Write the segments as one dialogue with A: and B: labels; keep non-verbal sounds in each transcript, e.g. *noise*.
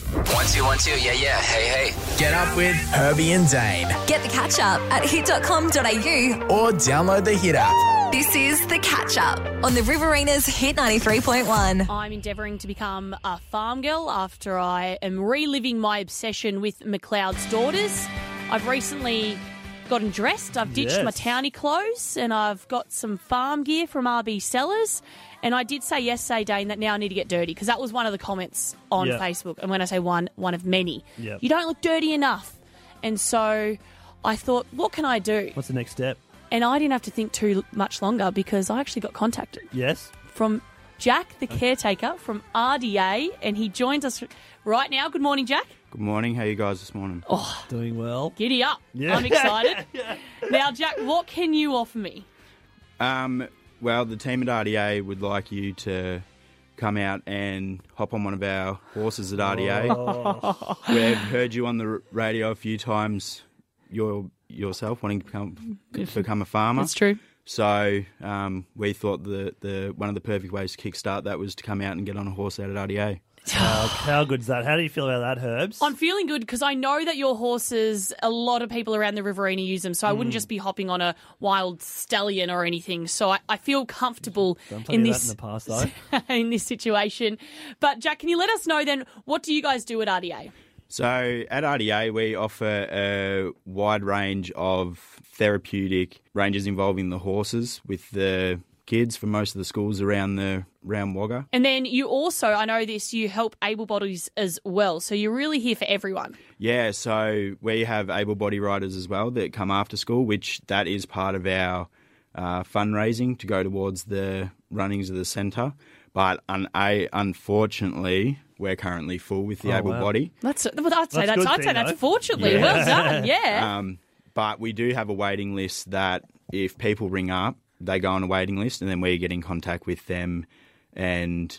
A: One two one two. Yeah yeah. Hey hey.
B: Get up with Herbie and Dane
C: Get the catch up at hit.com.au.
B: or download the Hit app.
C: This is the catch up on the Riverina's Hit 93.1.
D: I'm endeavouring to become a farm girl after I am reliving my obsession with McLeod's daughters. I've recently gotten dressed, I've ditched my
E: Yes.
D: townie clothes, and I've got some farm gear from RB Sellers. And I did say yesterday, Dane, that now I need to get dirty because that was one of the comments on
E: Yeah.
D: Facebook. And when I say one, one of many.
E: Yeah.
D: You don't look dirty enough. And so I thought, what can I do?
E: What's the next step?
D: And I didn't have to think too much longer because I actually got contacted
E: Yes.
D: from Jack, the caretaker from RDA, and he joins us right now. Good morning, Jack.
F: Good morning. How you guys this morning?
E: Doing well.
D: Giddy up.
E: *laughs* Yeah.
D: I'm excited. Now, Jack, what can you offer me?
F: Um, well, the team at RDA would like you to come out and hop on one of our horses at RDA. *laughs* We've heard you on the r- radio a few times. Your yourself wanting to become become a farmer.
D: true.
F: So um, we thought the the one of the perfect ways to kickstart that was to come out and get on a horse out at RDA.
D: *sighs*
E: How, Uh, how good's that? How do you feel about that, Herbs?
D: I'm feeling good because I know that your horses, a lot of people around the Riverina use them, so I
E: Mm.
D: wouldn't just be hopping on a wild stallion or anything. So I, I feel comfortable
E: Plenty
D: in
E: of
D: this
E: that in
D: *laughs*
E: the past, though.
D: in this situation. But Jack, can you let us know then what do you guys do at RDA?
F: So at RDA, we offer a wide range of therapeutic ranges involving the horses with the kids from most of the schools around the around Wagga.
D: And then you also, I know this, you help able bodies as well. So you're really here for everyone.
F: Yeah, so we have able body riders as well that come after school, which that is part of our uh, fundraising to go towards the runnings of the centre. But un- I, unfortunately, we're currently full with the
E: Oh,
F: able
E: wow.
F: body.
D: That's well, I'd say
E: That's a
D: that's,
E: good
D: I'd say
E: thing,
D: that's
E: though.
D: fortunately
F: Yeah.
D: well done. Yeah.
F: Um, but we do have a waiting list that if people ring up, they go on a waiting list, and then we get in contact with them, and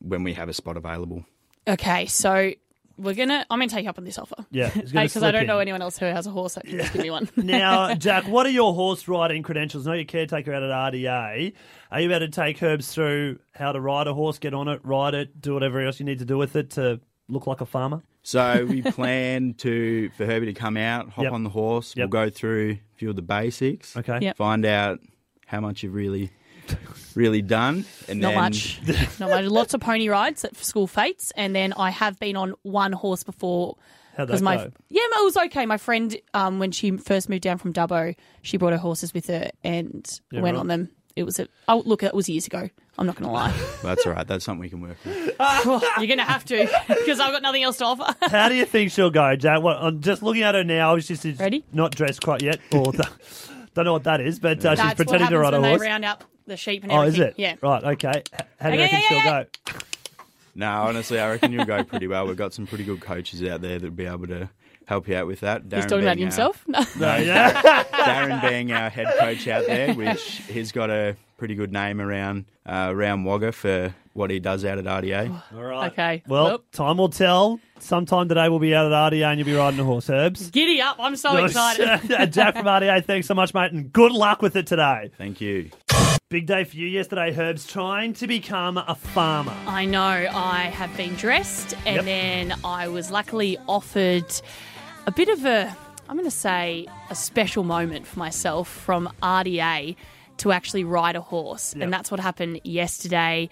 F: when we have a spot available.
D: okay, so we're gonna. I'm gonna take you up on this offer.
E: Yeah, he's gonna
D: because I
E: slip
D: don't
E: in.
D: know anyone else who has a horse that can just give me one.
E: now, Jack, what are your horse riding credentials? I know your caretaker out at RDA. Are you about to take Herbs through how to ride a horse, get on it, ride it, do whatever else you need to do with it to look like a farmer?
F: So
E: *laughs*
F: we plan to for Herbie to come out, hop
E: Yep.
F: on the horse.
E: Yep.
F: We'll go through a few of the basics.
E: Okay.
D: Yep.
F: Find out how much you've really, really done,
D: *laughs*
F: and
D: Not
F: then
E: *laughs*
D: much. Not much. Lots of pony rides at school fates, and then I have been on one horse before.
E: How'd that
D: Because my
E: go?
D: yeah, it was okay. My friend, um, when she first moved down from Dubbo, she brought her horses with her and
E: Yeah,
D: went
E: right.
D: on them. It was a oh look, it was years ago. I'm not gonna
E: *laughs*
D: lie.
F: *laughs* That's all right. That's something we can work on.
D: You're gonna have to because I've got nothing else to offer.
E: How do you think she'll go, Jack? What, I'm just looking at her now. She's just
D: Ready?
E: not dressed quite yet. Or *laughs* don't know what that is, but uh, she's
D: That's what
E: pretending
D: happens
E: to ride a
D: when
E: horse.
D: they round up the sheep and
E: Oh, is
D: everything.
E: it?
D: Yeah.
E: Right. Okay. H- How do you
D: Okay,
E: reckon
D: yeah,
E: she'll
D: yeah,
E: go?
F: No, honestly, I reckon you'll go pretty well. We've got some pretty good coaches out there that'll be able to help you out with that.
D: He's
F: Darren
D: talking about
F: being our-
D: himself. *laughs* No.
E: No, yeah.
F: *laughs* Darren being our head coach out there, which he's got a pretty good name around uh, around Wagga for what he does out at RDA.
E: All right.
D: Okay.
E: Well,
D: Well.
E: time will tell. Sometime today we'll be out at RDA and you'll be riding a horse, Herbs.
D: Giddy up! I'm *laughs* so
E: *laughs*
D: excited.
E: Jack from RDA, thanks so much, mate, and good luck with it today.
F: Thank you.
E: Big day for you yesterday, Herbs, trying to become a farmer.
D: I know. I have been dressed, and
E: Yep.
D: then I was luckily offered a bit of a, I'm going to say, a special moment for myself from RDA to actually ride a horse,
E: Yep.
D: and that's what happened yesterday.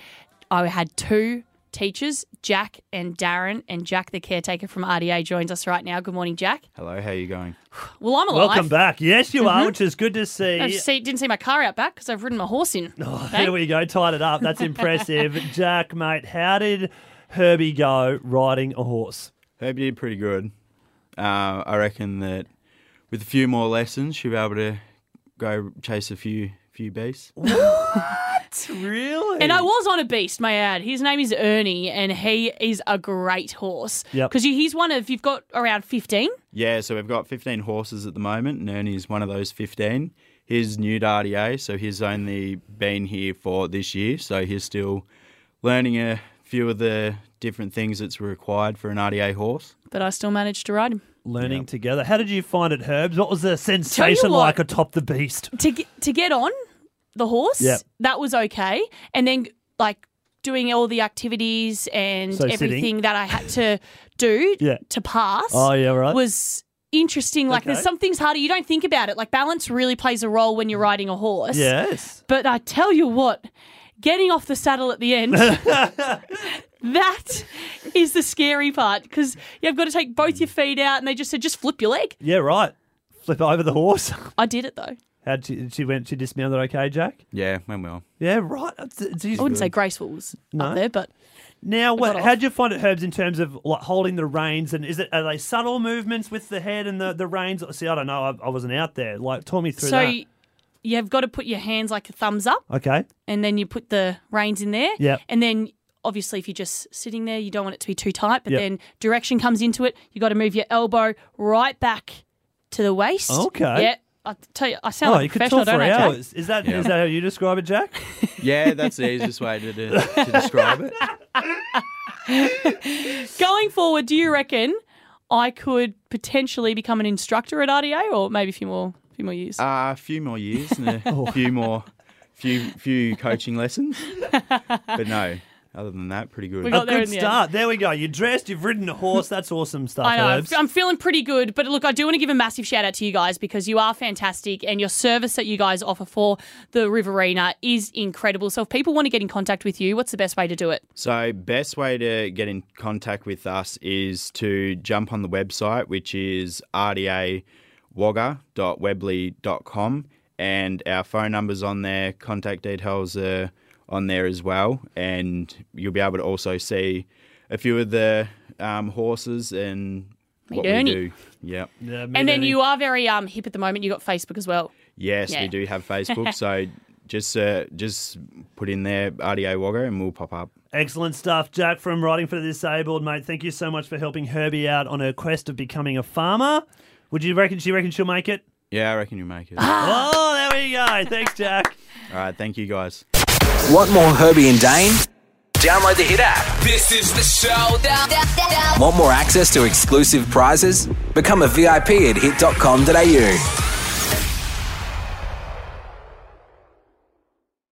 D: I had two teachers, Jack and Darren, and Jack, the caretaker from RDA, joins us right now. Good morning, Jack.
F: Hello, how you going?
D: Well, I'm alive.
E: Welcome back. Yes, you
D: Mm-hmm.
E: are, which is good to see.
D: I
E: *laughs*
D: just see, didn't see my car out back because I've ridden my horse in.
E: There we go, tied it up.
D: *laughs*
E: That's impressive. Jack, mate, how did Herbie go riding a horse?
F: Herb did pretty good. Uh, I reckon that with a few more lessons, she'll be able to go chase a few few beasts.
E: Really?
D: And I was on a beast, may I add. His name is Ernie, and he is a great horse.
E: Yep.
D: Because he's one of, you've got around 15.
F: Yeah, so we've got 15 horses at the moment, and Ernie's one of those 15. He's new to RDA, so he's only been here for this year, so he's still learning a few of the different things that's required for an RDA horse.
D: But I still managed to ride him.
E: learning together. How did you find it, Herbs? What was the
D: Tell
E: sensation
D: you what.
E: like atop the beast?
D: To, get- to get on the horse,
E: Yep.
D: that was okay. And then, like, doing all the activities and
E: So sitting.
D: everything that I had to do
E: *laughs* Yeah.
D: to pass.
E: Oh, yeah, right.
D: Was interesting. Like
E: Okay.
D: there's some things harder. You don't think about it. Like balance really plays a role when you're riding a horse.
E: Yes.
D: But I tell you what, getting off the saddle at the
E: *laughs*
D: end, that is the scary part because you've got to take both your feet out and they just said, just flip your leg.
E: Yeah, right. Flip over the horse. *laughs*
D: I did it though.
E: How she, she went? She dismounted. Okay, Jack.
F: Yeah, went well.
E: Yeah, right. That's- it's- it's-
D: I wouldn't say graceful was
E: No.
D: up there, but
E: Now, what,
D: got off.
E: how'd you find it, Herbs, in terms of like, holding the reins? And is it are they subtle movements with the head and the, the reins? See, I don't know. I, I wasn't out there. Like, talk me through
D: so
E: that.
D: you've got to put your hands like a thumbs up
E: Okay.
D: and then you put the reins in there.
E: Yep.
D: And then obviously if you're just sitting there, you don't want it to be too tight, but
E: Yep.
D: then direction comes into it. You got to move your elbow right back to the waist.
E: Okay.
D: Yeah. I tell you, I sound
E: Oh,
D: like
E: you
D: a
E: could
D: professional,
E: talk for
D: don't I, Jack?
E: hours. Is that is
F: Yeah.
E: that how you describe it, Jack?
D: *laughs*
F: Yeah, that's the easiest way to, de- to describe it.
D: Going forward, do you reckon I could potentially become an instructor at RDA or maybe a few more few more years?
F: Uh, a few more years *laughs* and a few more, few few coaching lessons. But no, other than that, pretty good.
D: We got- Oh,
E: a
D: there
E: good
D: in the end.
E: start. There we go. You're dressed. You've ridden a horse. That's awesome stuff,
D: I know. I'm-
E: Herbs.
D: I'm feeling pretty good. But look, I do want to give a massive shout out to you guys because you are fantastic and your service that you guys offer for the Riverina is incredible. So if people want to get in contact with you, what's the best way to do it?
F: So, best way to get in contact with us is to jump on the website, which is rdawogger.webley.com, and our phone numbers on there, contact details are on there as well, and you'll be able to also see a few of the um, horses and what
D: Ernie.
F: we do. Yep.
E: Yeah,
D: And then
E: Melanie.
D: you are very um, hip at the moment. You got Facebook as well.
F: Yes,
D: Yeah.
F: we do have
D: *laughs*
F: Facebook, so just uh, just put in there RDA Wogger and we'll pop up.
E: Excellent stuff, Jack from Riding for the Disabled, mate. Thank you so much for helping Herbie out on her quest of becoming a farmer. Would you reckon she reckon she'll make it?
F: Yeah, I reckon you make it.
D: Ah!
F: All
E: oh, there we go. Thanks, Jack.
F: right, thank you guys.
B: Want more Herbie and Dane?
A: Download the Hit app.
G: This is the show.
B: Want more access to exclusive prizes? Become a VIP at hit.com.au.